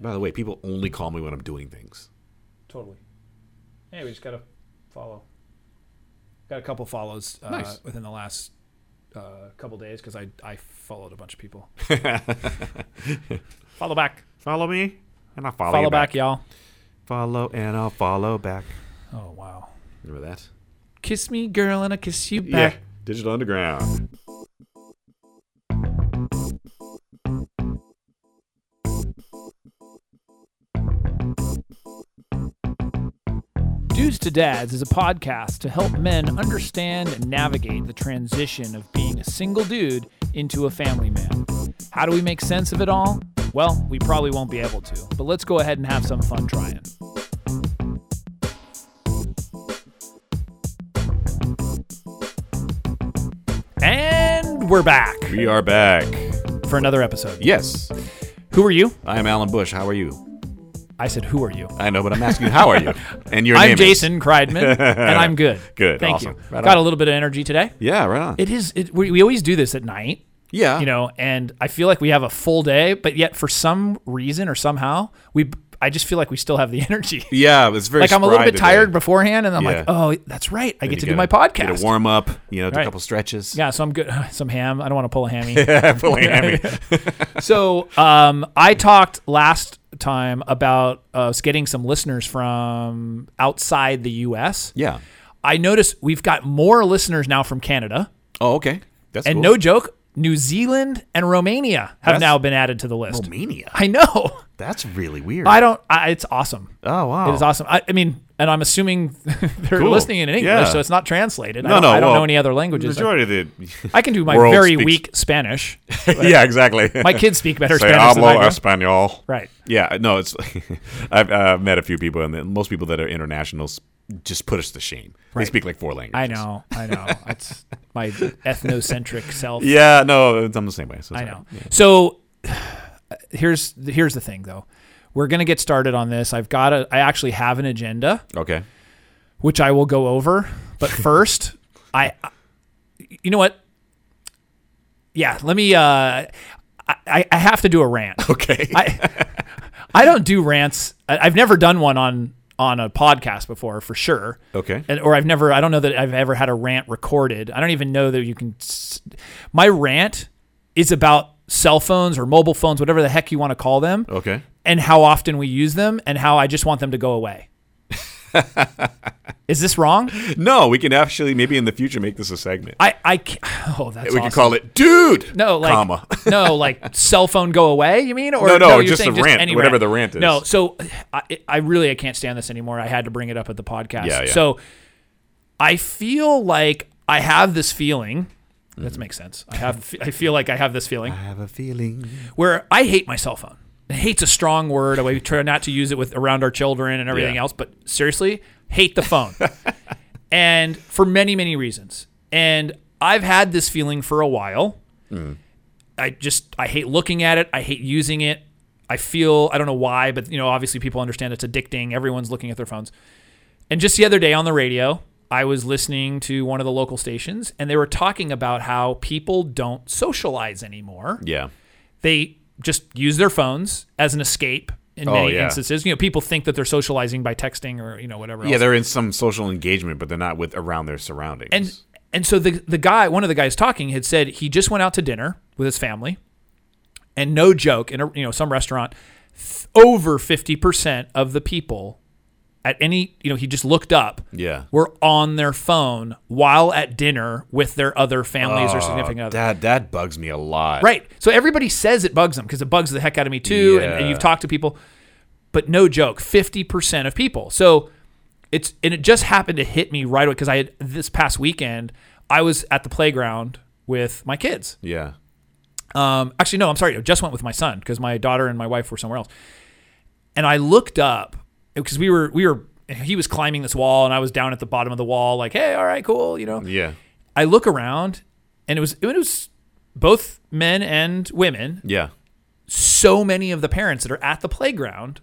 By the way, people only call me when I'm doing things. Totally. Hey, we just got a follow. Got a couple follows uh, Nice. within the last uh, couple days because I, I followed a bunch of people. follow back. Follow me, and I'll follow, Follow you back. back. y'all. Follow, and I'll follow back. Oh, wow. Remember that? Kiss me, girl, and I kiss you back. Digital Underground. Dudes to Dads is a podcast to help men understand and navigate the transition of being a single dude into a family man. How do we make sense of it all? Well, we probably won't be able to, but let's go ahead and have some fun trying. And we're back We are back. for another episode. Yes, Who are you? I am Alan Bush. How are you? I said, Who are you? I know, but I'm asking you, how are you? And your name I'm is- Jason Kreidman, and I'm good. Good, Thank awesome. you. Right Got on. a little bit of energy today. Yeah, right on. It is. It, we, we always do this at night, yeah, you know, and I feel like we have a full day, but yet for some reason or somehow we, I just feel like we still have the energy. yeah. It's very like I'm a little spry bit today. tired beforehand, and I'm Yeah. like, oh, that's right, I get You to get do my a- Get podcast. a warm up. You know, do Right. a couple stretches. yeah, so I'm good. Some ham. I don't want to pull a hammy. Fully hammy. so um, I talked last time about us getting some listeners from outside the U.S. yeah. I noticed we've got more listeners now from Canada. Oh, okay. That's And cool. no joke, New Zealand and Romania have That's- now been added to the list. Romania. I know. That's really weird. I don't. I, it's awesome. oh wow. It is awesome. I, I mean, and I'm assuming they're Cool. listening in English, Yeah. so it's not translated. I No, don't, no. I don't well, know any other languages. I, Majority of the. I can do my world very speaks- weak Spanish. yeah, exactly. My kids speak better Spanish than I do. español. Right. Yeah, no, it's. I've uh, met a few people, and most people that are internationals just put us to shame. They speak like four languages. I know. I know. It's my ethnocentric self. Yeah, no, it's- I'm the same way. So I sorry. know. So here's here's the thing, though. We're gonna get started on this. I've got a. I actually have an agenda. Okay. which I will go over. But first, I, I- you know what? Yeah, let me. Uh, I- I I have to do a rant. Okay. I I don't do rants. I, I've never done one on on a podcast before, for sure. okay. And, or I've never. I don't know that I've ever had a rant recorded. I don't even know that you can. s- My rant is about cell phones or mobile phones, whatever the heck you want to call them, Okay. and how often we use them, and how I just want them to go away. is this wrong? No, we can actually maybe in the future make this a segment. I, I can't. Oh, that's we awesome. can call it, dude. no, like comma. no, like cell phone go away. You mean or No, no, you're just saying the rant, any whatever the rant is. No, so I, I really I can't stand this anymore. I had to bring it up at the podcast. Yeah, yeah. So I feel like I have this feeling. That makes sense. I have. I feel like I have this feeling Mm-hmm. I have a feeling. where I hate my cell phone. And Hate's a strong word. We try not to use it with around our children and everything Yeah. else. But seriously, hate the phone, and for many many reasons. And I've had this feeling for a while. I just I hate looking at it. I hate using it. I feel I don't know why, but you know, obviously people understand it's addicting. Everyone's looking at their phones. And just the other day on the radio, I was listening to one of the local stations, and they were talking about how people don't socialize anymore Yeah. they just use their phones as an escape in Oh, many yeah. instances. You know, people think that they're socializing by texting or you know whatever. Yeah, else. they're in some social engagement, but they're not with around their surroundings. and and so the the guy, one of the guys talking, had said he just went out to dinner with his family, and no joke, in a, you know some restaurant, th- over fifty percent of the people at any you know he just looked up yeah. were on their phone while at dinner with their other families Oh, or significant other. That that bugs me a lot. Right. So everybody says it bugs them because it bugs the heck out of me too. And, and Yeah. you've talked to people, but no joke, fifty percent of people. So it's and it just happened to hit me right away because I had this past weekend I was at the playground with my kids. Yeah. Um, actually, no, I'm sorry, I just went with my son because my daughter and my wife were somewhere else. And I looked up because we were we were he was climbing this wall and I was down at the bottom of the wall like hey all right cool you know Yeah. I look around and it was it was both men and women Yeah. so many of the parents that are at the playground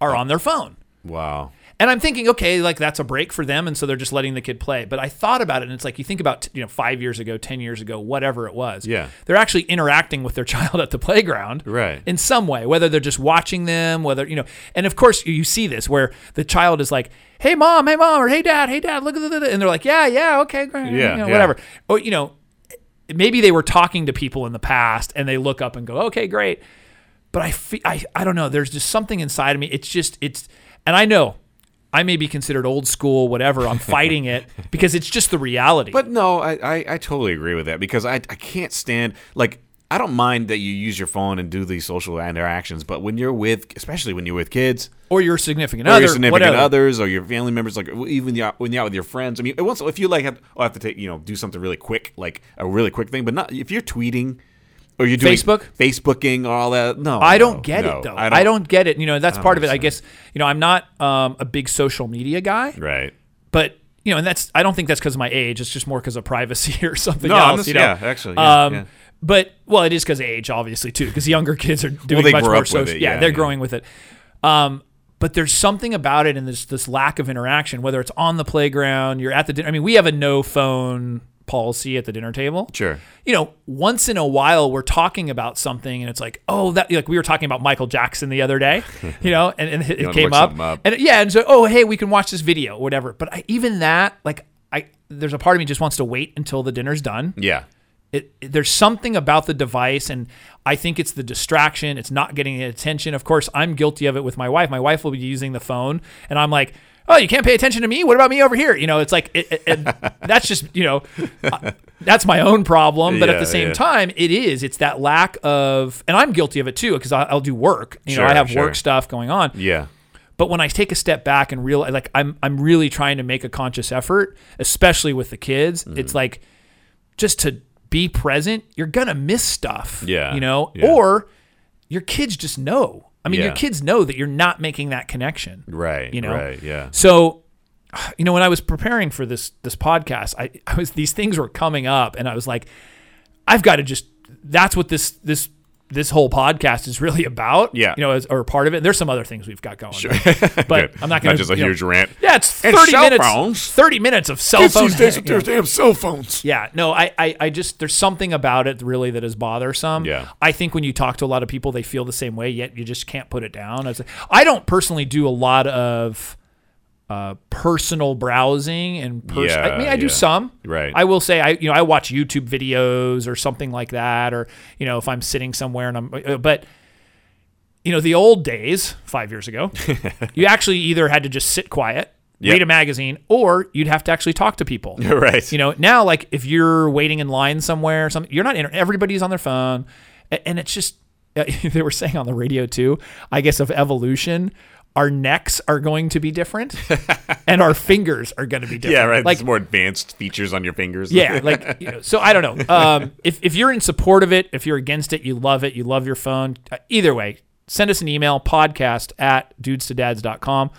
are on their phone. Wow. And I'm thinking, okay, like that's a break for them, and so they're just letting the kid play. But I thought about it, and it's like you think about you know five years ago, ten years ago, whatever it was. Yeah. they're actually interacting with their child at the playground, Right. In some way, whether they're just watching them, whether you know, and of course you- you see this where the child is like, "Hey mom, hey mom," or "Hey dad, hey dad," look at the, and they're like, "Yeah, yeah, okay, great," Yeah, you know, yeah. whatever. Or you know, maybe they were talking to people in the past, and they look up and go, "Okay, great." but I, fe- I I don't know. There's just something inside of me. It's just it's, and I know I may be considered old school, whatever. I'm fighting it because it's just the reality. But no, I, I, I totally agree with that because I, I can't stand like I don't mind that you use your phone and do these social interactions, but when you're with, especially when you're with kids or your significant or other, your significant whatever. others or your family members, like even the, when you're out with your friends, I mean, once if you like have, oh, I have to take you know do something really quick, like a really quick thing, but not if you're tweeting or you're doing Facebook? Facebooking or all that. No, I no, don't get no, it though. I don't, get it. You know, that's part of it. I guess you know I'm not um, a big social media guy, Right. but you know, and that's I don't think that's because of my age. It's just more because of privacy or something No, I'm else. just- you know? yeah, actually, yeah, um, yeah. But well, it is because of age, obviously, too. Because younger kids are doing they much grow more up with social. it, yeah, yeah, they're yeah. growing with it. Um, but there's something about it, and this this lack of interaction, whether it's on the playground, you're at the dinner. I mean, we have a no phone policy at the dinner table. Sure. You know, once in a while we're talking about something, and it's like, oh, that like we were talking about Michael Jackson the other day, you know, and, and it, wanna came look up, something up. and yeah, and so oh, hey, we can watch this video, whatever. But I, even that, like, I there's a part of me just wants to wait until the dinner's done Yeah. it, it- there's something about the device and i think it's the distraction it's not getting the attention of course i'm guilty of it with my wife my wife will be using the phone and i'm like oh you can't pay attention to me what about me over here you know it's like it, it, it- that's just you know uh, that's my own problem but at Yeah, the same yeah. time it is it's that lack of and i'm guilty of it too because i'll do work you know i Sure, have sure. work stuff going on Yeah. but when I take a step back and realize, like, I'm I'm really trying to make a conscious effort, especially with the kids. Mm-hmm. It's like just to be present. You're gonna miss stuff. Yeah, you know, yeah. or your kids just know. I mean, Yeah. your kids know that you're not making that connection. Right. You know. Right. Yeah. So, you know, when I was preparing for this this podcast, I, I was these things were coming up, and I was like, I've got to just. That's what this this this whole podcast is really about. Yeah. you know, as, or part of it. There's some other things we've got going, but I'm not going to just a huge rant. Yeah, it's And 30 cell minutes. phones. 30 minutes of cell Oh, phone. you know. damn cell phones. Yeah, no, I, I, I just there's something about it really that is bothersome. Yeah. I think when you talk to a lot of people, they feel the same way. Yet you just can't put it down. As I don't personally do a lot of uh, personal browsing and pers- I Yeah, mean I do yeah. some. Right. I will say I you know I watch YouTube videos or something like that, or you know if I'm sitting somewhere and I'm uh, but. You know, the old days, five years ago, you actually either had to just sit quiet, Yep. read a magazine, or you'd have to actually talk to people. right. You know, now like if you're waiting in line somewhere, or something you're not. Inter- everybody's on their phone, A- and it's just uh, they were saying on the radio too. I guess of evolution, our necks are going to be different, and our fingers are going to be different. yeah. Right. Like There's more advanced features on your fingers. yeah, like you know, so I don't know. Um, if if you're in support of it, if you're against it, you love it, you love your phone. Uh, either way, send us an email podcast at dudestodads.com.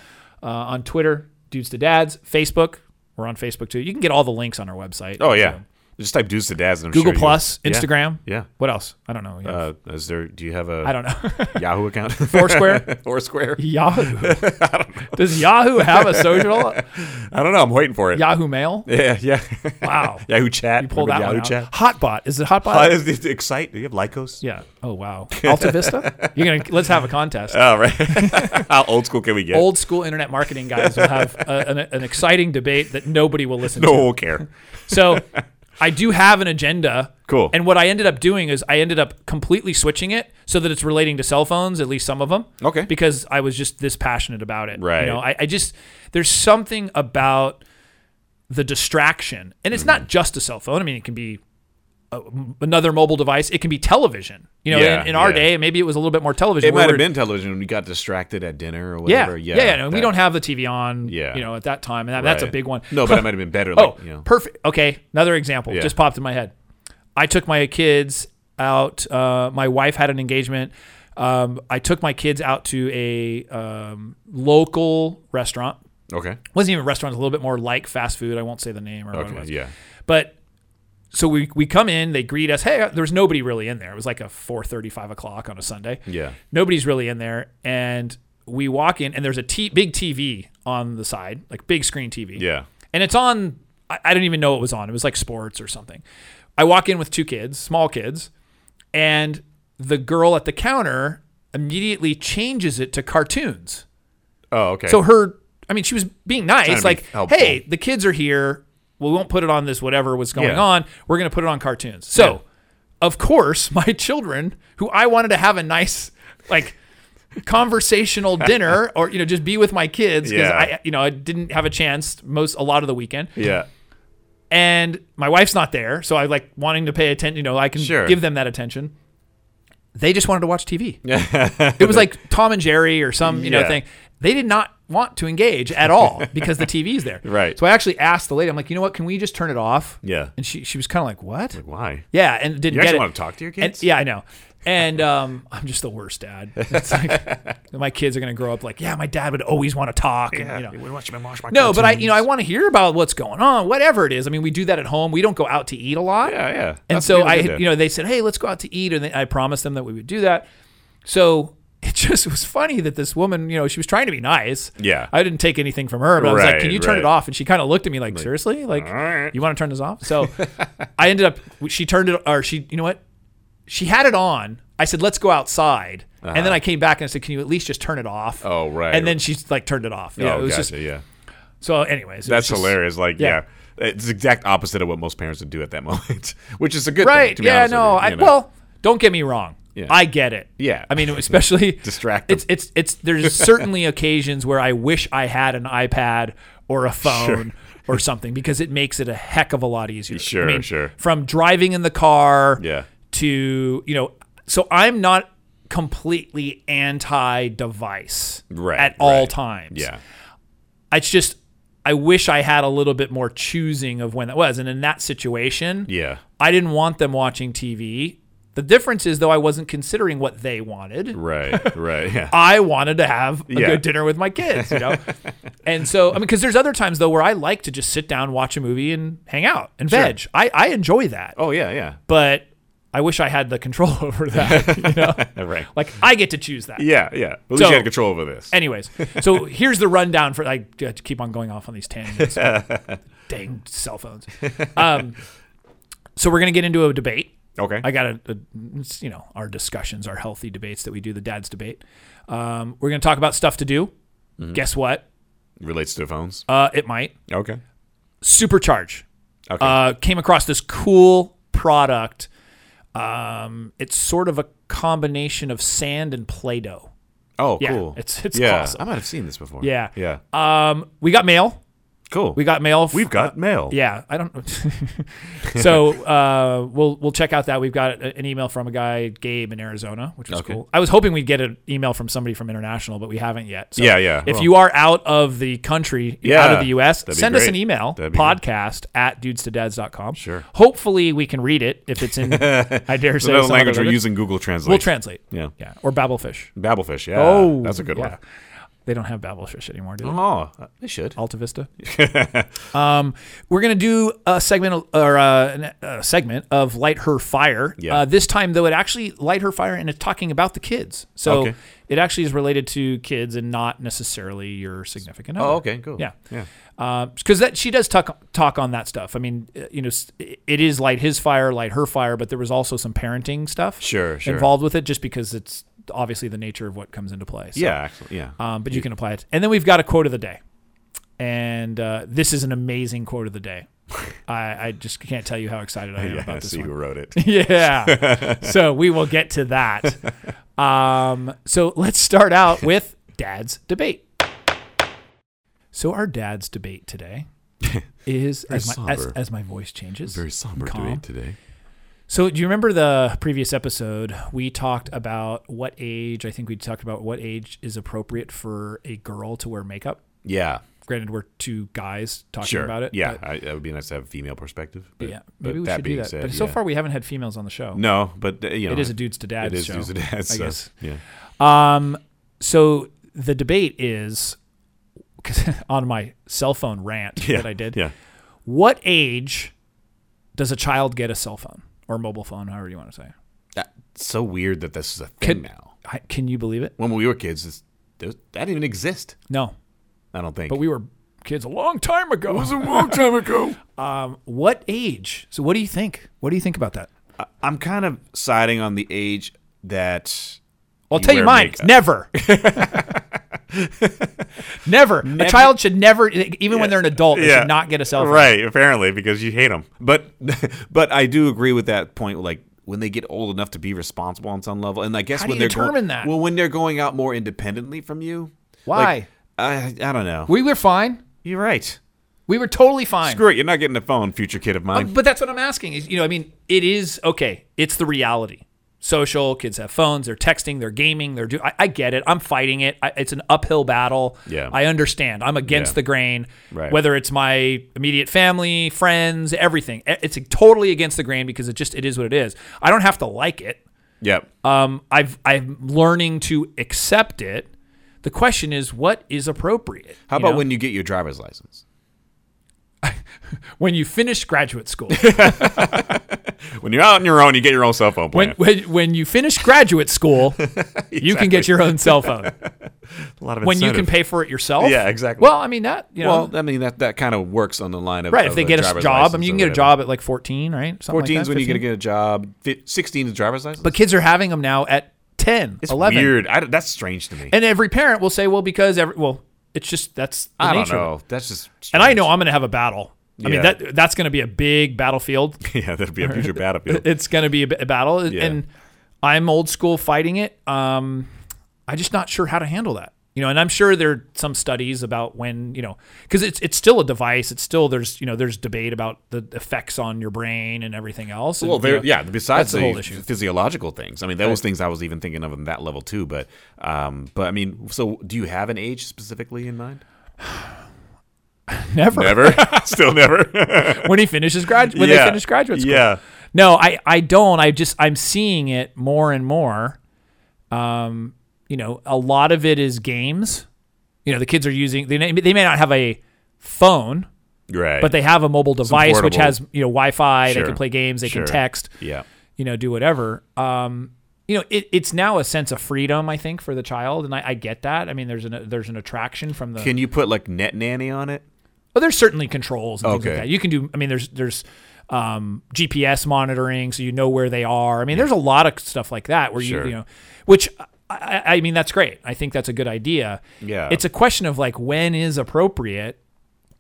Uh, on Twitter, dudes to dads, Facebook. We're on Facebook too. You can get all the links on our website. oh yeah. So- Just type dudes to dads and I'm Google sure you- Plus, Yeah. Instagram. Yeah. What else? I don't know. Yeah. Uh, is there? Do you have a I don't know. Yahoo account? Foursquare? or Square? Yahoo. Does Yahoo have a social? I don't know. I'm waiting for it. Yahoo Mail. yeah. Yeah. Wow. Yahoo Chat. You Pull that Yahoo one out. Chat. Hotbot. Is it Hotbot? Uh, is it Excite? Do you have Lycos? yeah. Oh wow. Alta Vista. You're gonna let's have a contest. Oh right. How old school can we get? Old school internet marketing guys will have a, an, an exciting debate that nobody will listen no to. one will care. So I do have an agenda. Cool. And what I ended up doing is I ended up completely switching it so that it's relating to cell phones, at least some of them. Okay. Because I was just this passionate about it. Right. You know, I, I just there's something about the distraction, and it's Mm. not just a cell phone. I mean, it can be a, another mobile device. It can be television. You know, Yeah, in, in our yeah. day, maybe it was a little bit more television. It where might have we're- been television when we got distracted at dinner or Yeah, whatever. yeah, Yeah. yeah. no, we that- don't have the TV on. Yeah. you know, at that time, and that, that's a right. big one. No, but it might have been better. Oh, Like, you know. perfect. Okay, another example Yeah. just popped in my head. I took my kids out. Uh, my wife had an engagement. Um, I took my kids out to a um, local restaurant. Okay. wasn't even a restaurant. It was a little bit more like fast food. I won't say the name or what it Okay. was. Yeah. But so we we come in. They greet us. Hey, there was nobody really in there. It was like a four thirty five o'clock on a Sunday Yeah. nobody's really in there and we walk in and there's a t- big tv on the side, like big screen TV. Yeah. And it's on, I, I didn't even know it was on. It was like sports or something. I walk in with two kids, small kids, and the girl at the counter immediately changes it to cartoons. Oh, okay. So her, I mean, she was being nice, to be like, helpful. hey, the kids are here. We won't put it on this whatever was going Yeah. on. We're going to put it on cartoons. So, Yeah. of course, my children, who I wanted to have a nice, like, conversational dinner or you know just be with my kids because Yeah. I you know I didn't have a chance most a lot of the weekend yeah. and my wife's not there so I like wanting to pay attention you know I can Sure. give them that attention they just wanted to watch TV it was like Tom and Jerry or some you know Yeah. thing. They did not want to engage at all because the TV's there. Right. So I actually asked the lady. I'm like, you know what? Can we just turn it off? Yeah. And she she was kind of like, what? Why? Yeah, and didn't You get actually it. want to talk to your And- kids? yeah, I know. And um, I'm just the worst dad. It's like my kids are gonna grow up like, yeah, my dad would always want to talk, and you know, wouldn't watch me watch my no, but I, you know, I cartoons. want to hear about what's going on, whatever it is. I mean, we do that at home. We don't go out to eat a lot. Yeah, yeah. And That's so what I, people did. you know, they said, "Hey, let's go out to eat," and they, I promised them that we would do that. So it just was funny that this woman, you know, she was trying to be nice. Yeah. I didn't take anything from her, but I was like, Right, "Can you turn it right. off?" And she kind of looked at me like, "Seriously? Like, right." you want to turn this off?" So I ended up. She turned it, or she, you know what? She had it on. I said, "Let's go outside," and then I came back and I said, "Can you at least just turn it off?" Uh-huh. Oh, right. And then she like turned it off. Yeah, oh, it was gotcha, just yeah. so. Anyways, it That's was just- hilarious. Like, yeah. yeah. It's the exact opposite of what most parents would do at that moment, which is a good Right? thing. To be yeah. honest with No. you, I, you know? Well, don't get me wrong. Yeah. I get it. Yeah. I mean, especially Distract them. It's it's it's. There's certainly occasions where I wish I had an iPad or a phone or something because it makes it a heck of a lot easier. Sure, I mean, sure. From driving in the car. Yeah. To you know, so I'm not completely anti-device Right, at all right. times. yeah. It's just I wish I had a little bit more choosing of when that was. And in that situation, Yeah. I didn't want them watching TV. The difference is though I wasn't considering what they wanted. Right. Right. Yeah. I wanted to have a Yeah. good dinner with my kids, you know. and so I mean cuz there's other times though where I like to just sit down, watch a movie and hang out and veg. I I enjoy that. Oh, yeah. Yeah. But I wish I had the control over that, you know. Right. like I get to choose that. Yeah. Yeah. At least So- you had control over this. Anyways, so here's the rundown for I keep on going off on these tangents. Dang cell phones. Um, so we're gonna get into a debate. okay. I got a, a it's, you know our discussions, our healthy debates that we do, the dad's debate. Um, we're gonna talk about stuff to do. Guess what? Relates to phones. Uh, it might okay. supercharge. Okay. Uh, came across this cool product. Um, it's sort of a combination of sand and Play-Doh. oh, yeah, cool. it's- it's yeah. awesome. I might have seen this before. Yeah. Yeah. Um, we got mail. cool. We got mail. We've got mail. Yeah, I don't. so uh, we'll we'll check out that we've got a- an email from a guy Gabe in Arizona, which was Okay. cool. I was hoping we'd get an email from somebody from international, but we haven't yet. So Yeah, yeah. If Well- you are out of the country, Yeah, out of the U.S., that'd be send us great. an email That'd be great. podcast at dudestodads.com. Sure. Hopefully, we can read it if it's in. I dare say Another some language other- we're using Google Translate. We'll translate. Yeah. yeah, or babblefish. Babelfish. Yeah. oh, That's a good yeah. They don't have babblefish anymore, do they? one. Oh, uh, they should. Alta Vista. um, we're gonna do a segment or uh, an- a segment of Light Her Fire. Yeah. Uh, this time though, it actually Light Her Fire, and it's talking about the kids. So Okay. it actually is related to kids and not necessarily your significant other. Oh, okay. Cool. Yeah. Yeah. Because that she does talk talk on that stuff. I mean, uh, you know, s- it is light his fire, light her fire, but there was also some parenting stuff Sure, sure. involved with it, just because it's obviously the nature of what comes into play. So Yeah. Actually, yeah. um, but you can apply it. And then we've got a quote of the day, and uh, this is an amazing quote of the day. I, I just can't tell you how excited I am yeah. I about this see who one. wrote it. yeah. so we will get to that. Um, so let's start out with Dad's debate. So our Dad's debate today is as my, as, somber. as my voice changes. Very somber Calm. debate today. So, do you remember the previous episode? We talked about what age, I think we talked about what age is appropriate for a girl to wear makeup. Yeah. Granted, we're two guys talking Sure. about it. yeah. but- I, it would be nice to have a female perspective. But, yeah. but Maybe we that should do being that. Said, but so yeah. far, we haven't had females on the show. No, but uh, you know, It is a dudes to dads it is show. dudes and dads. I so, guess. Yeah. Um, so the debate is 'cause on my cell phone rant Yeah. that I did. Yeah. What age does a child get a cell phone or mobile phone, however you want to say? it? That- so weird that this is a thing Could- now. I, can you believe it? When we were kids, this, this, that didn't even exist. No. I don't think. but we were kids a long time ago. Um, a long time ago. what age? So what do you think? What do you think about that? I'm kind of siding on the age that. I'll tell you wear mine. makeup. Never. never. A child should never, e, even when they're an adult, they Yeah. should not get a cell phone. Right, apparently because you hate them. But but I do agree with that point. Like when they get old enough to be responsible on some level, and I guess How do when you they're go- determine that? well, when they're going out more independently from you. Why? Like, I I don't know. We were fine. You're right. We were totally fine. Screw it. You're not getting a phone, future kid of mine. But that's what I'm asking. Is you know, I mean, it is okay. It's the reality. Social kids have phones. They're texting. They're gaming. They're do. I, I get it. I'm fighting it. I, it's an uphill battle. Yeah. I understand. I'm against Yeah. the grain. Right. Whether it's my immediate family, friends, everything, I- it's totally against the grain because it just it is what it is. I don't have to like it. yep. Um, I've I'm learning to accept it. The question is, what is appropriate? How you about know? when you get your driver's license? when you finish graduate school? When you're out on your own, you get your own cell phone plan. when, when when you finish graduate school, you can get your own cell phone a lot of when you can incentive. pay for it yourself. Yeah, exactly. Well, I mean that you know, Well, I mean that that kind of works on the line of right? of If they get a driver's job, I license mean, you or can get a whatever. job at like fourteen, right? Something 14 like is that, when you get to 15. get a job. Fi- 16 is driver's license. But kids are having them now at 10, 11. weird. I, don't- that's strange to me. and every parent will say, "Well, because every well, it's just that's the I don't nature." of it. know. That's just. And I know I'm going to have a battle. I mean Yeah. that that's going to be a big battlefield. yeah, that'd be a future battlefield. it's going to be a, b- a battle, Yeah. and I'm old school fighting it. Um, I'm just not sure how to handle that. You know, and I'm sure there are some studies about when you know, because it's it's still a device. It's still there's you know there's debate about the effects on your brain and everything else. and, Well, you there, know, yeah. Besides that's the the, whole issue. physiological things, I mean, those things I was even thinking of on that level too. But, um, but I mean, so do you have an age specifically in mind? never Never, still never. when he finishes grad when Yeah. they finish graduate school. Yeah. No, I I don't. I just I'm seeing it more and more. Um, you know, a lot of it is games. You know, the kids are using they may- they may not have a phone, Right. but they have a mobile device which portable- has you know Wi-Fi. They Sure. can play games. They Sure. can text. yeah. You know, do whatever. Um, you know, it, it's now a sense of freedom. I think for the child, and I, I get that. I mean, there's an there's an attraction from the Can you put like net nanny on it? well, there's certainly controls and things Okay. like that. You can do. I mean, there's there's um, GPS monitoring, so you know where they are. I mean, there's a lot of stuff like that where Sure. you you know, which I- I, I mean, that's great. I think that's a good idea. Yeah. it's a question of like when is appropriate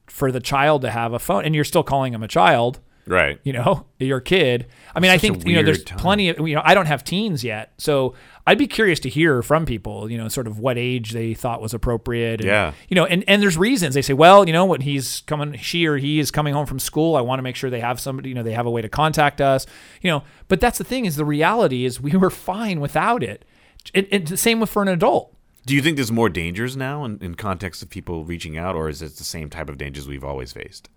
for the child to have a phone, and you're still calling them a child. Right. You know, your kid. I mean, Such I a think you know. There's weird time. plenty of you know. I don't have teens yet, so I'd be curious to hear from people. You know, sort of what age they thought was appropriate. and, Yeah. You know, and and there's reasons they say. Well, you know, when he's coming, she or he is coming home from school. I want to make sure they have somebody. You know, they have a way to contact us. You know, but that's the thing is the reality is we were fine without it. It, it's the same with for an adult. Do you think there's more dangers now in, in context of people reaching out, or is it the same type of dangers we've always faced?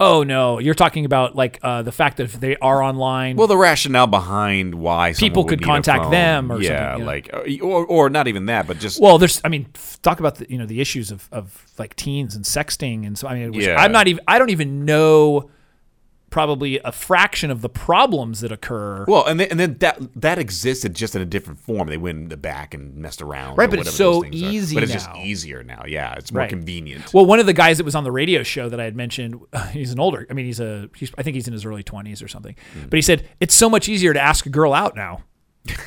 Oh no, you're talking about like uh, the fact that if they are online. Well, the rationale behind why someone People would could need a contact phone. them or yeah, something, yeah. like uh, or or not even that, but just Well, there's, I mean, f- talk about the, you know, the issues of, of like teens and sexting. And so, I mean, which Yeah. I'm not even, I don't even know probably a fraction of the problems that occur. Well, and then, and then that that existed just in a different form. They went in the back and messed around, Right, or but it's whatever those so things are. easy But it's just now. easier now. Yeah, it's more Right. convenient. Well, one of the guys that was on the radio show that I had mentioned, uh, he's an older, I mean, he's a, he's, I think he's in his early 20s or something, Hmm. but he said, it's so much easier to ask a girl out now.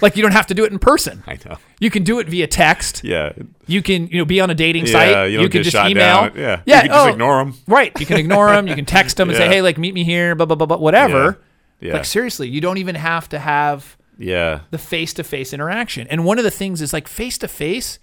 like, you don't have to do it in person. I know. You can do it via text. Yeah, You can, you know, be on a dating Yeah, site. you don't can get just shot email. down. Yeah. yeah. You can just oh, ignore 'em. Right. You can ignore them. You can text them and Yeah. say, "Hey, like, meet me here." Blah blah blah blah. Whatever. Yeah. Yeah. Like seriously, you don't even have to have yeah, the face to face interaction. And one of the things is like face to face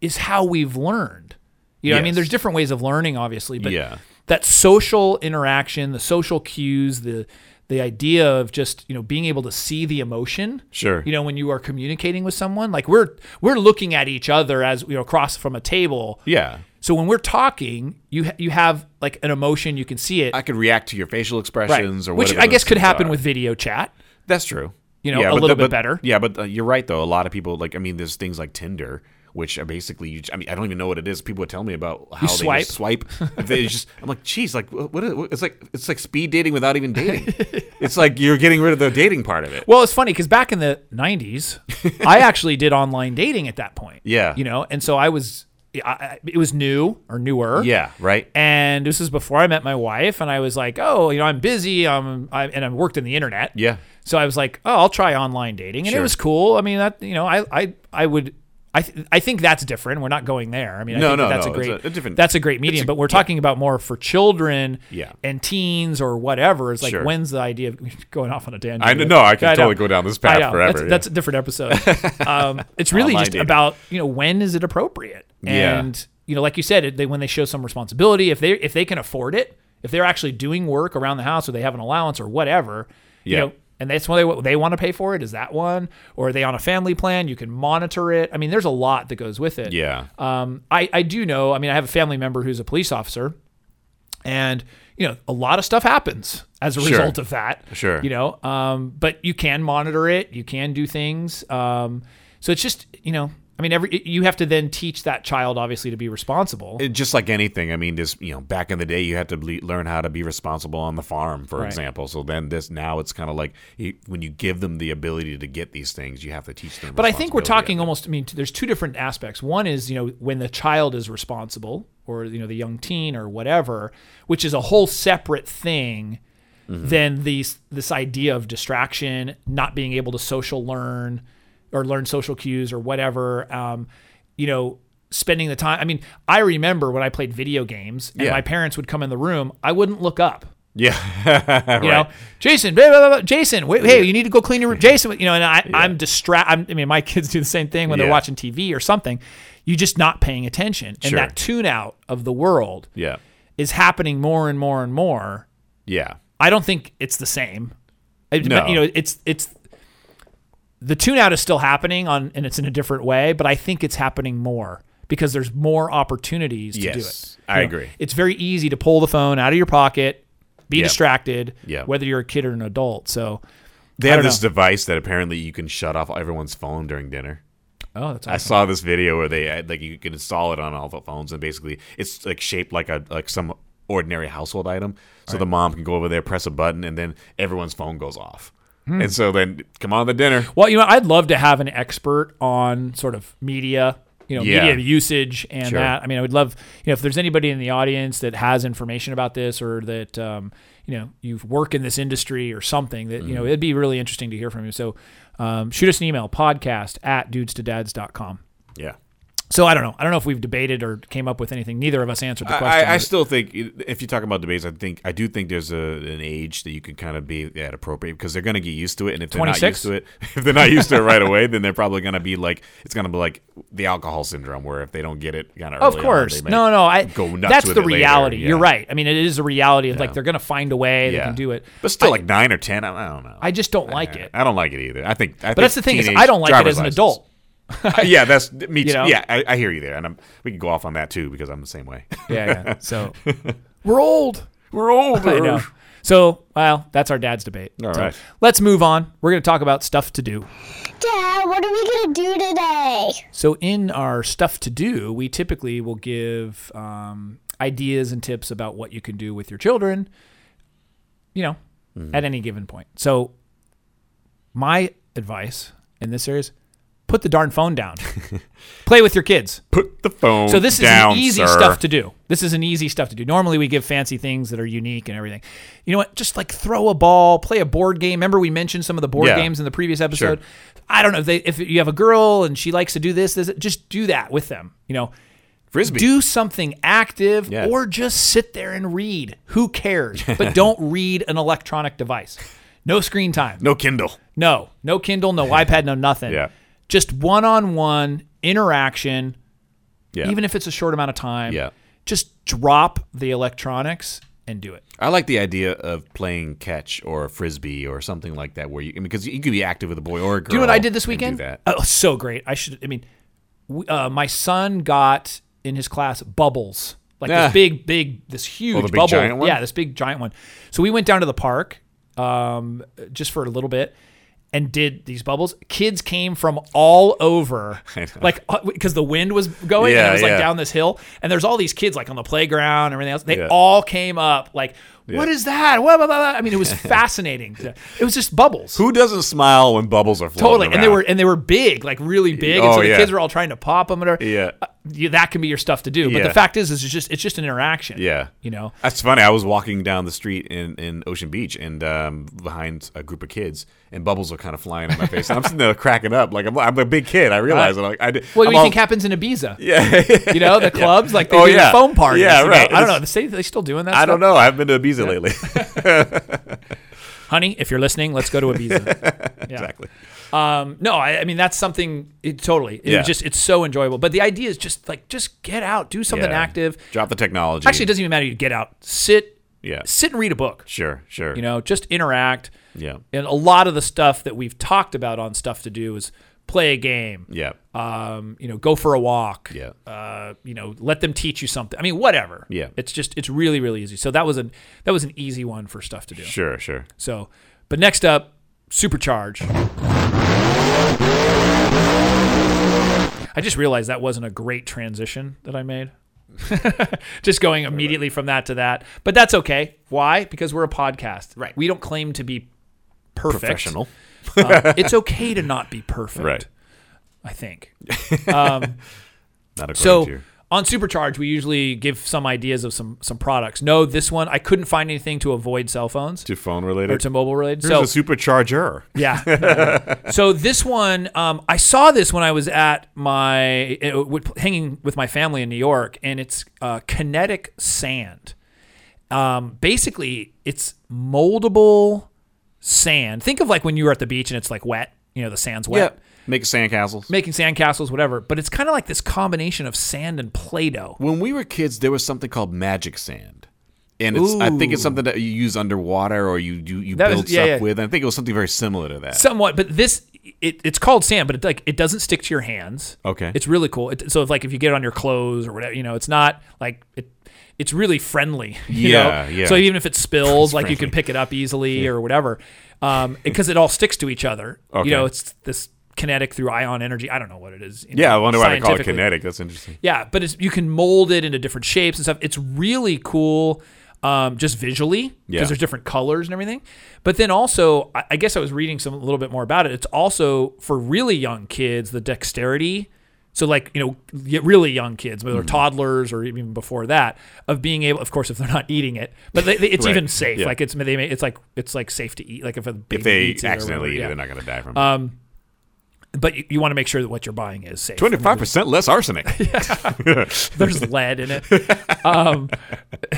is how we've learned. You know, I mean, Yes. there's different ways of learning, obviously, but Yeah. that social interaction, the social cues, the the idea of just you know being able to see the emotion. Sure. You know, when you are communicating with someone, like we're we're looking at each other as you know across from a table. yeah. So when we're talking, you ha- you have like an emotion, you can see it. I could react to your facial Right. expressions or Which whatever I guess those could things happen are. with video chat. That's true. You know, a but little the- bit but- better. Yeah, but uh, you're right though. A lot of people like I mean, there's things like Tinder, which are basically you. I mean, I don't even know what it is. People would tell me about how they swipe. just swipe. If they just, I'm like, geez, like what? what is, what- it's like it's like speed dating without even dating. it's like you're getting rid of the dating part of it. Well, it's funny because back in the '90s, I actually did online dating at that point. Yeah. you know, and so I was I, I, it was new or newer. Yeah, right? And this was before I met my wife, and I was like, oh, you know, I'm busy, um, I, and I worked in the internet. Yeah. So I was like, oh, I'll try online dating, and Sure. it was cool. I mean, that you know, I I I would. I, th- I think that's different. We're not going there. I mean, I No, think that no, that's no. a It's great a- a different- that's a great medium. but we're talking about more for children, Yeah. and teens or whatever. It's like Sure. when's the idea of going off on a tangent? I know. I can know. totally go down this path I know. forever. That's, yeah. that's a different episode. um, it's really Online just dating. about you know when is it appropriate, Yeah. and you know, like you said, it- they, when they show some responsibility, if they if they can afford it, if they're actually doing work around the house or they have an allowance or whatever, Yeah. you know, and that's what they, they want to pay for it. Is that one, or are they on a family plan? You can monitor it. I mean, there's a lot that goes with it. yeah. Um, I, I do know, I mean, I have a family member who's a police officer and, you know, a lot of stuff happens as a Sure. result of that, Sure. you know, um, but you can monitor it, you can do things. Um, so it's just, you know, I mean, every, you have to then teach that child obviously to be responsible. It- just like anything, I mean, this you know, back in the day, you had to le- learn how to be responsible on the farm, for example. So then this now it's kind of like you, when you give them the ability to get these things, you have to teach them. But I think we're responsibility. talking almost. I mean, t- there's two different aspects. One is you know when the child is responsible, or you know the young teen or whatever, which is a whole separate thing Mm-hmm. than these this idea of distraction, not being able to social learn, or learn social cues or whatever. Um, you know, spending the time. I mean, I remember when I played video games and Yeah. my parents would come in the room. I wouldn't look up. yeah, You right. know, Jason, blah, blah, blah, blah, Jason, wait, hey, you need to go clean your room. Jason, you know, and I, I'm distracted. I mean, my kids do the same thing when Yeah. they're watching TV or something. You're just not paying attention. And Sure. that tune out of the world yeah, is happening more and more and more. yeah, I don't think it's the same. It- No. You know, it's, it's, the tune out is still happening on, and it's in a different way, but I think it's happening more because there's more opportunities to do it yes, I you know, agree. It's very easy to pull the phone out of your pocket, be Yep. distracted, Yep. whether you're a kid or an adult. So, They I have don't this device that apparently you can shut off everyone's phone during dinner. oh, that's I saw this video where they had, like you can install it on all the phones, and basically it's like shaped like a like some ordinary household item. So the mom can go over there, press a button, and then everyone's phone goes off. Hmm. And so then come on the dinner. Well, you know, I'd love to have an expert on sort of media, you know, Yeah. media usage and Sure. that. I mean, I would love, you know, if there's anybody in the audience that has information about this or that, um, you know, you work in this industry or something that, Mm-hmm. you know, it'd be really interesting to hear from you. So, um, shoot us an email podcast at dudestodads.com. Yeah. So I don't know. I don't know if we've debated or came up with anything. Neither of us answered the question. I, I, I but- still think if you talk about debates, I think I do think there's a, an age that you can kind of be at appropriate because they're going to get used to it, and if they're not 26? used to it, if they're not used to it right away, then they're probably going to be like it's going to be like the alcohol syndrome where if they don't get it, kind of Of course. No, no. I, go nuts that's with the it later, reality. yeah. You're right. I mean, it is a reality of like they're going to find a way Yeah. they can do it. But still, like nine or ten, I, I don't know. I just don't like it. I don't like it either. I think, I But that's the thing is I don't like it as an adult. yeah, that's me. Too. know? Yeah, I, I hear you there, and I'm, we can go off on that too because I'm the same way. Yeah, yeah. So we're old. We're older. I know. So, well, that's our dad's debate. All So, right. Let's move on. We're going to talk about stuff to do. Dad, what are we gonna do today? So, in our stuff to do, we typically will give um, ideas and tips about what you can do with your children, you know, Mm-hmm. at any given point. So, my advice in this series put the darn phone down, play with your kids. Put the phone. So, this is down, an easy sir. stuff to do. This is an easy stuff to do. Normally, we give fancy things that are unique and everything. You know what? Just like throw a ball, play a board game. Remember, we mentioned some of the board Yeah. games in the previous episode. I don't know if they, if you have a girl and she likes to do this, this, just do that with them. You know, Frisbee. do something active Yeah. or just sit there and read. Who cares? But don't read an electronic device. No screen time. no Kindle. No, no Kindle, no iPad, no nothing. Yeah. Just one on one interaction, Yeah. even if it's a short amount of time. Yeah. Just drop the electronics and do it. I like the idea of playing catch or frisbee or something like that, where you because you could be active with a boy or a girl. Do you know what I did this and do weekend? that. Oh, so great. I should, I mean, we, uh, my son got in his class bubbles. Like Yeah. Oh, this big, big, this huge big bubble. giant one? Yeah, this big giant one. So we went down to the park um, just for a little bit and did these bubbles. Kids came from all over, like uh, because the wind was going and Yeah, it was like yeah. down this hill. And there's all these kids like on the playground and everything else. They Yeah. all came up like What is that? What, blah, blah, blah. I mean, it was fascinating. it was just bubbles. Who doesn't smile when bubbles are floating totally. And they around? were and they were big, like really big. Oh, and so the yeah. kids were all trying to pop them. And Yeah. Uh, yeah, that can be your stuff to do. But Yeah. the fact is, is it's just it's just an interaction. Yeah. you know. That's funny. I was walking down the street in, in Ocean Beach and um, behind a group of kids, and bubbles are kind of flying in my face. And I'm sitting there cracking up. Like, I'm, I'm a big kid. I realize it. Like, I did, What I'm do Uh, you all- think happens in Ibiza? Yeah. You know, the clubs like they Oh, do yeah. the phone parties. Yeah, you know? right. I don't know. It's- They say they still doing that. I stuff? don't know. I haven't been to Ibiza lately. honey. If you're listening, let's go to Ibiza. Yeah. exactly. Um, no, I, I mean that's something. It, totally. It Yeah. just it's so enjoyable. But the idea is just like just get out, do something Yeah. active. Drop the technology. Actually, it doesn't even matter. You get out, sit, Yeah. sit and read a book. Sure. Sure. You know, just interact. Yeah. And a lot of the stuff that we've talked about on stuff to do is play a game. Yeah. Um, you know, go for a walk. Yeah. Uh, you know, let them teach you something. I mean, whatever. Yeah. It's just it's really really easy. So that was an that was an easy one for stuff to do. Sure. Sure. So, but next up, supercharge. I just realized that wasn't a great transition that I made. just going immediately from that to that. But that's okay. Why? Because we're a podcast. Right. We don't claim to be perfect. Professional. Uh, it's okay to not be perfect. Right. I think. Not according So to you. on Supercharge, we usually give some ideas of some some products. No, this one I couldn't find anything to avoid cell phones To phone or related. to mobile related. so There's a supercharger. Yeah. so this one, um, I saw this when I was at my uh, with- hanging with my family in New York, and it's uh, kinetic sand. Um, basically, it's moldable sand. Think of like when you were at the beach and it's like wet. You know, the sand's wet. Make sandcastles. Making sandcastles, whatever. But it's kind of like this combination of sand and Play-Doh. when we were kids, there was something called magic sand. And it's, I think it's Ooh. something that you use underwater or you you, you That was- build yeah, stuff yeah. with. And I think it was something very similar to that. somewhat but this it, it's called sand but it like it doesn't stick to your hands Okay. it's really cool it, so if, like if you get it on your clothes or whatever you know it's not like it it's really friendly you Yeah, know? yeah. so even if it spills like you can pick it up easily or whatever um because it all sticks to each other Okay. you know it's this kinetic through ion energy i don't know what it is you yeah, I know, wonder why they call it scientifically. kinetic. That's interesting. Yeah, but it's, you can mold it into different shapes and stuff. It's really cool, um, just visually because Yeah. there's different colors and everything. But then also, I, I guess I was reading some a little bit more about it. It's also for really young kids the dexterity. So like you know, y- really young kids, whether Mm-hmm. toddlers or even before that, of being able, of course, if they're not eating it, but they, they- it's Right. even safe. Yeah. Like it's they may, it's like it's like safe to eat. Like if a baby If they eats it or accidentally eat it, they're whatever, yeah. Um, not going to die from it. But you, you want to make sure that what you're buying is safe. 25% less arsenic. There's lead in it. Um,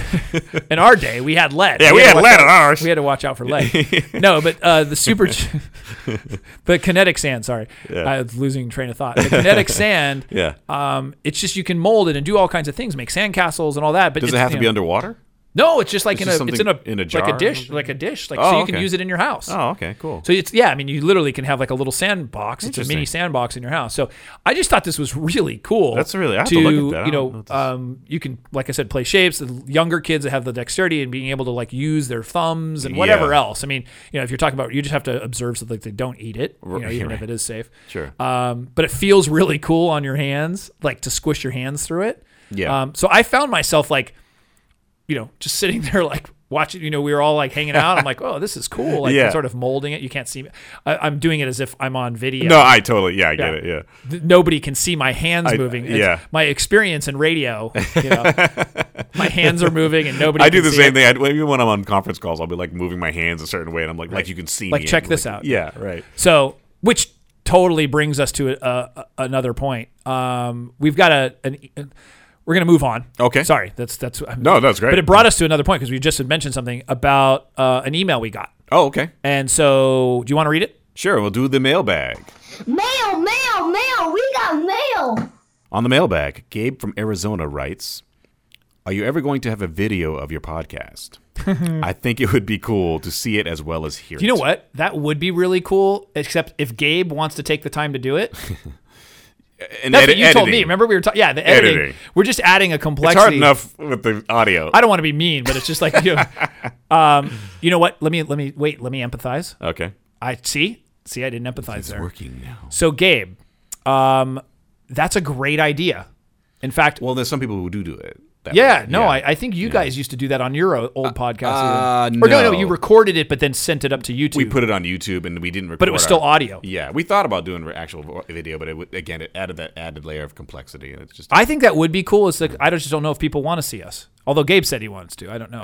in our day, we had lead. Yeah, we had to watch lead out- in ours. We had to watch out for lead. no, but uh, the super, the kinetic sand. Sorry, I was losing train of thought. The kinetic sand. Yeah. Um, it's just you can mold it and do all kinds of things, make sandcastles and all that. But Does it it's, have to you be know- underwater? No, it's just like It's in just a. It's in a something in a like jar or a dish, something? like a dish, like Oh, so you can okay. use it in your house. Oh, okay, cool. So it's yeah, I mean, you literally can have like a little sandbox. It's a Interesting. mini sandbox in your house. So I just thought this was really cool. That's really- I have to to look at that. I don't know you know, what this- um, you can like I said, play shapes. The younger kids that have the dexterity and being able to like use their thumbs and whatever Yeah. else. I mean, you know, if you're talking about, you just have to observe so that they don't eat it. You know, Right, even if right. it is safe. Sure. Um, but it feels really cool on your hands, like to squish your hands through it. Yeah. Um, so I found myself like, you know, just sitting there like watching. You know, we were all like hanging out. I'm like, oh, this is cool. Like Yeah. sort of molding it. You can't see me. I, I'm doing it as if I'm on video. No, I totally. Yeah, I get Yeah. it. Yeah. Th- Nobody can see my hands I- moving. It's yeah. My experience in radio, you know, my hands are moving and nobody. I do can the see same it. thing. I, even when I'm on conference calls, I'll be like moving my hands a certain way, and I'm like, like you can see Like, me. check and, this like- out. Yeah, right. So, which totally brings us to a, a, another point. Um, we've got a an. We're gonna move on. Okay. Sorry, that's that's. I'm- No, that's great. But it brought us to another point because we just had mentioned something about uh, an email we got. Oh, okay. And so, do you want to read it? Sure, we'll do the mailbag. Mail, mail, mail. We got mail. On the mailbag, Gabe from Arizona writes Are you ever going to have a video of your podcast? I think it would be cool to see it as well as hear You it. know what? That would be really cool, except if Gabe wants to take the time to do it. And That's edit- what you told me. editing. Remember, we were talking. Yeah, the editing. Editing. We're just adding a It's complexity. hard enough with the audio. I don't want to be mean, but it's just like you. Know, um, you know what? Let me let me wait. Let me empathize. okay. I see. See, I didn't empathize there. Working now. So, Gabe, um, that's a great idea. In fact, Well, there's some people who do do it. That Yeah, way. no, I, I think you guys used to do that on your o- old podcast. uh, even. or no, no. you recorded it but then sent it up to YouTube. we put it on YouTube and we didn't record. but it was still our- audio. Yeah, we thought about doing re- actual vo- video, but it would, again, it added that added layer of complexity, and it's just I think that would be cool. It's like I just don't know if people want to see us. Although Gabe said he wants to. I don't know.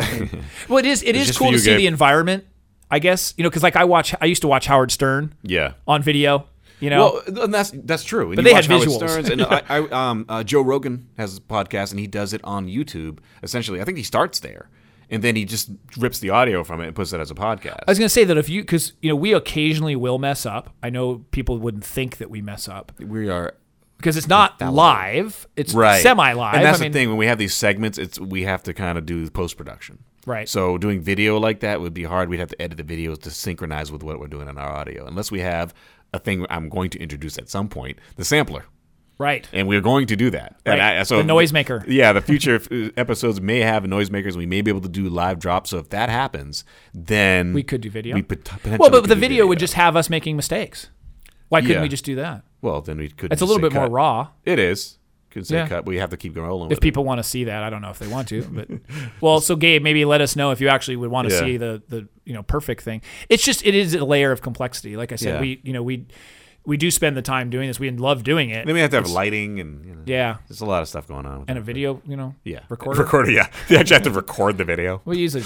well, it is. It is just cool for to you, see Gabe. the environment. I guess you know because like I watch. I used to watch Howard Stern yeah. on video. You know. Well, and that's that's true. And But you they had watch Howard visuals. Stearns, and I, I, um, uh, Joe Rogan has a podcast, and he does it on YouTube. Essentially, I think he starts there, and then he just rips the audio from it and puts it as a podcast. I was gonna say that if you because you know we occasionally will mess up. I know people wouldn't think that we mess up we are because it's not live. It's right semi live. and that's I mean, the thing when we have these segments it's we have to kind of do post production Right. so doing video like that would be hard we'd have to edit the videos to synchronize with what we're doing in our audio unless we have a thing i'm going to introduce at some point the sampler Right. and we're going to do that and Right. The noisemaker. yeah the future f- uh, episodes may have noisemakers we may be able to do live drops so if that happens then We could do video. we pot- potentially Well, but could the do video would just have us making mistakes. Why couldn't Yeah. we just do that? well then we could It's a just little say bit more cut. raw. it is could say Yeah. cut but we have to keep rolling If with it. people want to see that, I don't know if they want to, but well, so Gabe, maybe let us know if you actually would want to Yeah. see the the you know perfect thing. It's just it is a layer of complexity. Like I said, Yeah. we you know we we do spend the time doing this. We love doing it. then we have to have lighting and you know, yeah, There's a lot of stuff going on. With and that. a video you know yeah, recorder. recorder. Yeah, you actually have to record the video. we use an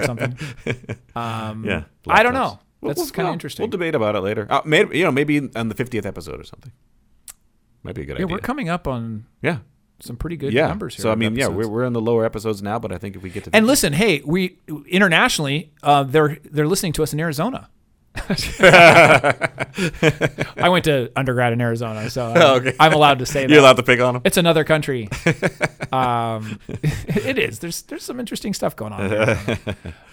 or something. Yeah, Hmm. I Laptops. don't know. We'll- That's we'll- kind of we'll- interesting. We'll debate about it later. Uh, maybe you know, maybe on the 50th episode or something. Might be a good yeah, idea. we're coming up on yeah, some pretty good yeah. numbers here. so I of mean, yeah, episodes. we're we're in the lower episodes now, but I think if we get to And listen, hey, we internationally, uh, they're they're listening to us in Arizona. I went to undergrad in Arizona, so I'm, Oh, okay. I'm allowed to say that. you're allowed to pick on them. it's another country. um, it is. There's there's some interesting stuff going on. in Arizona.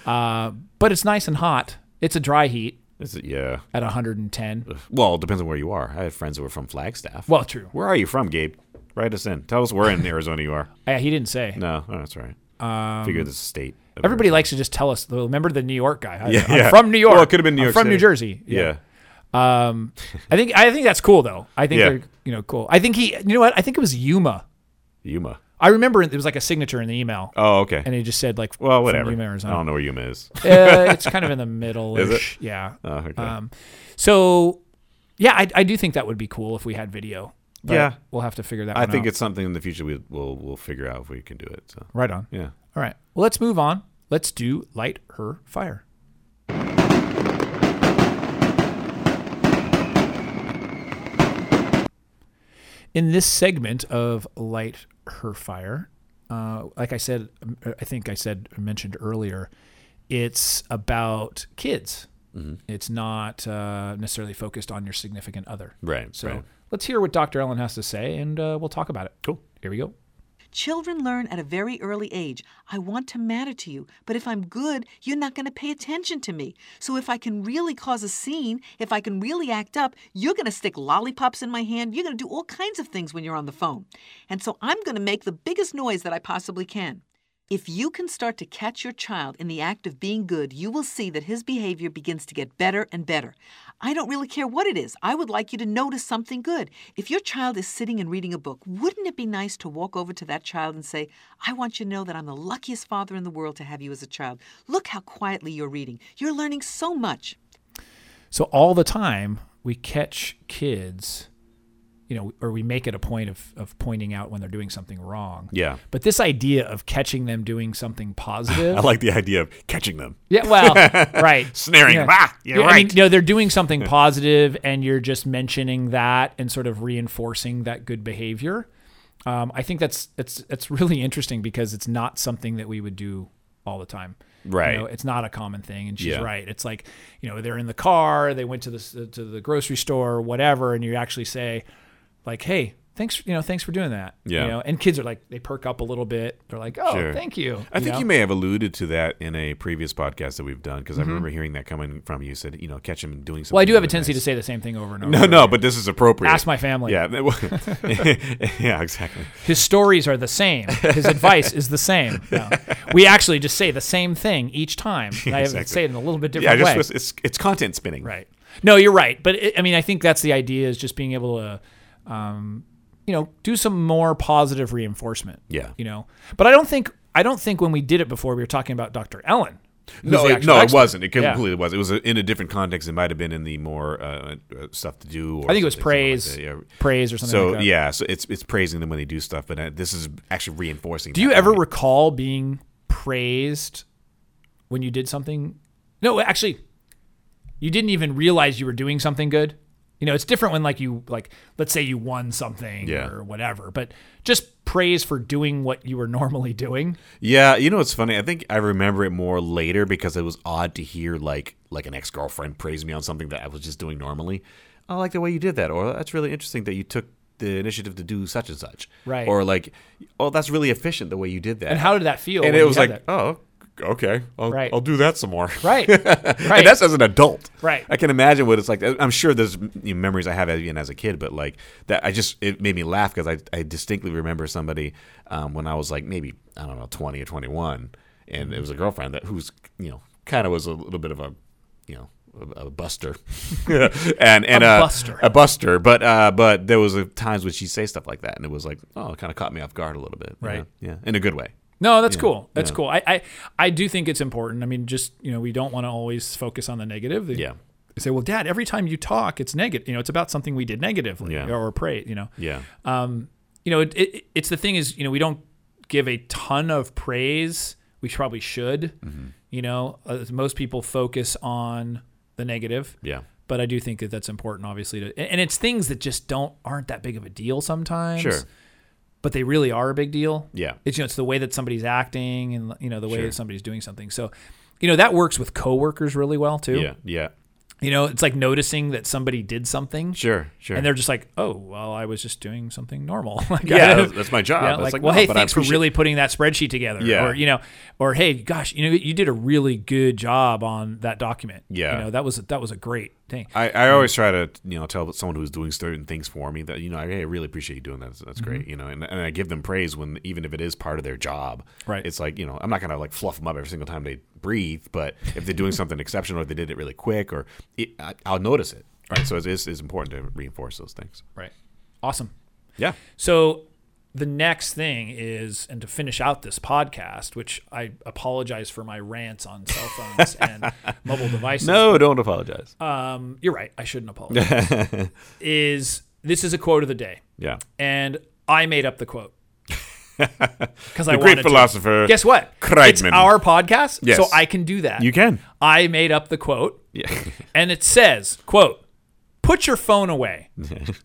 Uh, but it's nice and hot. It's a dry heat Is it, yeah. at 110. Well, it depends on where you are. I had friends who were from Flagstaff. Well, true. where are you from, Gabe? Write us in. Tell us where in Arizona you are. Yeah, he didn't say. No, oh, that's all right. Figure this is state. of Um, Everybody likes to just tell us. Remember the New York guy? I, Yeah, I'm yeah. from New York. Well, it could have been New I'm York from City. New Jersey. Arizona. yeah. Um, I think I think that's cool though. I think Yeah. they're you know cool. I think he you know what I think it was Yuma. Yuma. I remember it was like a signature in the email, Oh, okay. and it just said like well, from whatever. Yuma, I Arizona. don't know where Yuma is. uh, it's kind of in the middle. Is Yeah. Oh, okay. Um, so yeah, I, I do think that would be cool if we had video. But Yeah. we'll have to figure that. I one think out. it's something in the future we, we'll we'll figure out if we can do it. So right on. yeah, All right. Well, let's move on. Let's do light her fire. In this segment of light her fire, uh, like I said, I think I said mentioned earlier, it's about kids. It's not uh, necessarily focused on your significant other. Right, So right. let's hear what Dr. Ellen has to say, and uh, we'll talk about it. Cool. Here we go. Children learn at a very early age I want to matter to you, but if I'm good, you're not going to pay attention to me. So if I can really cause a scene, if I can really act up, you're going to stick lollipops in my hand. You're going to do all kinds of things when you're on the phone. And so I'm going to make the biggest noise that I possibly can. If you can start to catch your child in the act of being good, you will see that his behavior begins to get better and better. I don't really care what it is. I would like you to notice something good. If your child is sitting and reading a book, wouldn't it be nice to walk over to that child and say, I want you to know that I'm the luckiest father in the world to have you as a child. Look how quietly you're reading. You're learning so much. So all the time we catch kids, you know, or we make it a point of, of pointing out when they're doing something wrong. yeah. But this idea of catching them doing something positive. I like the idea of catching them. yeah, well, right. Snaring yeah. them. Ah, you're I mean, right. you know, they're doing something positive and you're just mentioning that and sort of reinforcing that good behavior. Um, I think that's that's that's really interesting because it's not something that we would do all the time. You Right. know, it's not a common thing, and she's Yeah. right. It's like you know they're in the car, they went to the s- to the grocery store, or whatever, and you actually say, like, hey, thanks, you know, thanks for doing that. Yeah. You know, and kids are like they perk up a little bit. They're like, oh, Sure. thank you. I think know? you may have alluded to that in a previous podcast that we've done because I remember hearing that coming from you. You Said you know, catch them doing something. Mm-hmm. Well, I do have a really tendency nice. to say the same thing over and over. No, no, but this is appropriate. Ask my family. Yeah, well, yeah, exactly. His stories are the same. His advice is the same. No. We actually just say the same thing each time. And I have to Exactly. say it in a little bit Yeah, different just way. was- it's it's content spinning. Right. No, you're right. But it, I mean, I think that's the idea is just being able to um, you know, do some more positive reinforcement. Yeah. You know, but I don't think I don't think when we did it before we were talking about Dr. Ellen. who's No, the it, actual no, it expert. wasn't. It Yeah. completely was. It was in a different context. It might have been in the more uh, uh, stuff to do. Or I think it was something, something like praise, that, yeah. praise or something. So like that. yeah, so it's it's praising them when they do stuff, but uh, this is actually reinforcing. Do you ever recall being praised when you did something? No, actually, you didn't even realize you were doing something good. You know, it's different when like you like let's say you won something Yeah. or whatever, but just praise for doing what you were normally doing. Yeah, you know it's funny. I think I remember it more later because it was odd to hear like like an ex girlfriend praise me on something that I was just doing normally. I like the way you did that, or that's really interesting that you took the initiative to do such and such. Right. Or like, oh, that's really efficient the way you did that. And how did that feel? And when it you was had like, that? oh, okay, I'll, Right. I'll do that some more. right, right. And that's as an adult. Right. I can imagine what it's like. I'm sure there's you know, memories I have even as a kid, but like that, I just, it made me laugh because I, I distinctly remember somebody um, when I was like maybe, I don't know, 20 or 21. And it was a girlfriend that who's, you know, kind of was a little bit of a, you know, a, a buster and and A uh, buster. a buster but uh but there was a times when she would say stuff like that and it was like oh it kind of caught me off guard a little bit you Right. know? yeah, in a good way No, that's cool. That's yeah. cool. I, I I do think it's important. I mean, just you know, we don't want to always focus on the negative. They- Yeah. They say, well, Dad, every time you talk, it's negative. You know, it's about something we did negatively Yeah. or, pray. You know. yeah Um, you know, it, it, it's the thing is, you know, we don't give a ton of praise. We probably should. Mm-hmm. You know, uh, most people focus on the negative. yeah But I do think that that's important, obviously. To, and and it's things that just don't aren't that big of a deal sometimes sure but they really are a big deal. Yeah. It's you know, it's the way that somebody's acting and you know, the way Sure. that somebody's doing something. So, you know, that works with coworkers really well too. yeah yeah You know, it's like noticing that somebody did something. sure sure And they're just like, "Oh, well, I was just doing something normal." like, I- Yeah, that's- that's my job. Yeah, It's like, like, well, no, hey, but I thanks for appreciate- really putting that spreadsheet together. Yeah. Or you know, or hey, gosh, you know, you did a really good job on that document. Yeah. You know, that was that was a great thing. I, I always try to you know tell someone who's doing certain things for me that you know I hey, I really appreciate you doing that that's, Mm-hmm. that's great you know and, and I give them praise when even if it is part of their job Right. it's like you know I'm not gonna like fluff them up every single time they breathe but if they're doing something exceptional or they did it really quick or it, I, I'll notice it right so it's, it's important to reinforce those things right. Awesome. yeah So the next thing is, and to finish out this podcast, which I apologize for my rants on cell phones and mobile devices. no don't apologize Um, you're right. I shouldn't apologize. is this is a quote of the day, yeah and I made up the quote because I the great wanted to. philosopher Guess what? It's Kreidman. our podcast, Yes. so I can do that. you can I made up the quote yeah and it says, quote, put your phone away.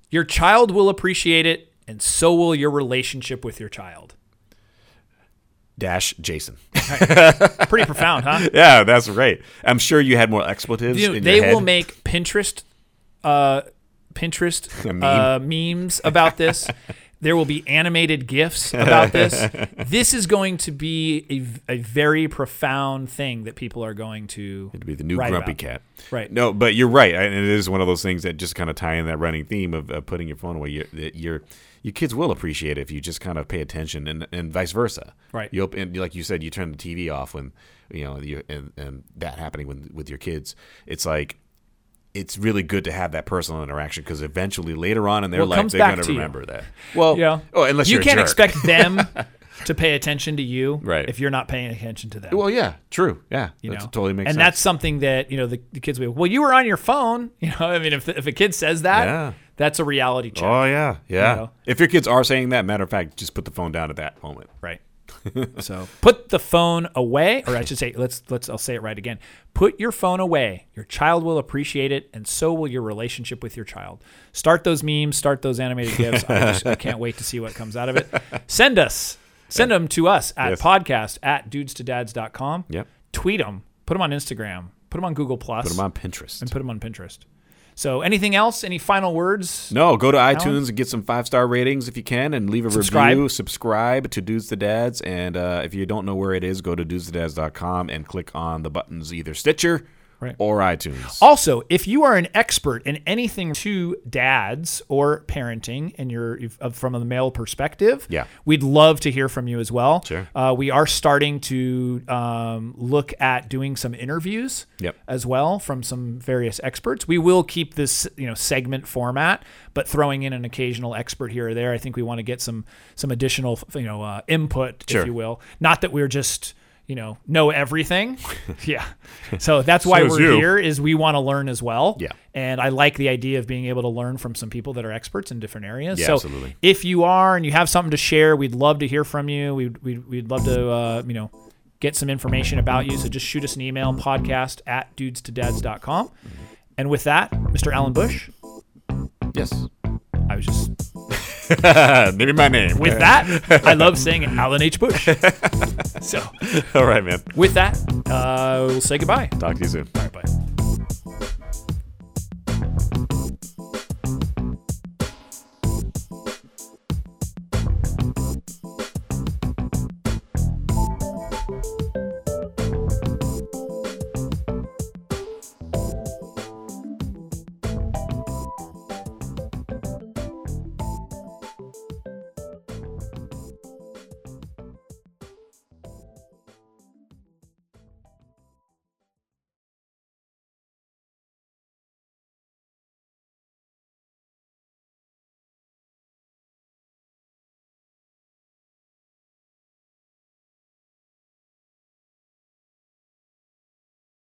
your child will appreciate it, and so will your relationship with your child. dash Jason Pretty profound, huh? yeah that's right I'm sure you had more expletives You know, in they your head. will make Pinterest uh, Pinterest A meme. uh, memes about this. there will be animated GIFs about this. this is going to be a, v- a very profound thing that people are going to It'd be the new write grumpy about. cat. Right. No, but you're right, and it is one of those things that just kind of tie in that running theme of, of putting your phone away. Your that your your kids will appreciate it if you just kind of pay attention, and, and vice versa. Right. You open, like you said, you turn the TV off when you know you and, and that happening with with your kids. It's like it's really good to have that personal interaction because eventually later on in their Well, it life comes they're back going to to you. remember that. Well, Yeah. Oh, unless you you're a can't jerk. expect them to pay attention to you, Right. If you're not paying attention to them, Well, yeah, true. Yeah, you that know? totally makes and sense. that's something that you know the, the kids will. Well, you were on your phone. You know, I mean, if if a kid says that, Yeah. that's a reality check, Oh yeah, yeah. You know? If your kids are saying that, matter of fact, just put the phone down at that moment. right? so put the phone away, or I should say, let's let's I'll say it right again. Put your phone away. Your child will appreciate it, and so will your relationship with your child. Start those memes. Start those animated gifs. I, just, I can't wait to see what comes out of it. Send us. Send them to us at Yes. podcast at dudestodads.com. Yep. Tweet them. Put them on Instagram. Put them on Google Plus. Put them on Pinterest. and put them on Pinterest. So, anything else? Any final words? No, go to iTunes and get some five star ratings if you can, and leave a Subscribe. review. Subscribe to Dudes the Dads, and uh, if you don't know where it is, go to dudesthedads.com and click on the buttons either Stitcher Right. or iTunes. Also, if you are an expert in anything to dads or parenting, and you're if- uh, from a male perspective, Yeah. we'd love to hear from you as well. Sure. Uh, we are starting to um, look at doing some interviews Yep. as well from some various experts. We will keep this you know segment format, but throwing in an occasional expert here or there. I think we want to get some some additional f- you know uh, input, Sure. if you will. Not that we're just you know know everything yeah so that's why Says we're you. here here is we want to learn as well. Yeah. And I like the idea of being able to learn from some people that are experts in different areas. Yeah, so absolutely. if you are and you have something to share, we'd love to hear from you. We'd, we'd, we'd love to, uh, you know, get some information about you. So just shoot us an email, podcast at dudestodads.com. And with that, Mr. Alan Bush, Oh. yes. I was just, Maybe my name. with that, I love saying Alan H. Bush. So All right, man. with that, uh, we'll say goodbye. Talk to you soon. All right, bye.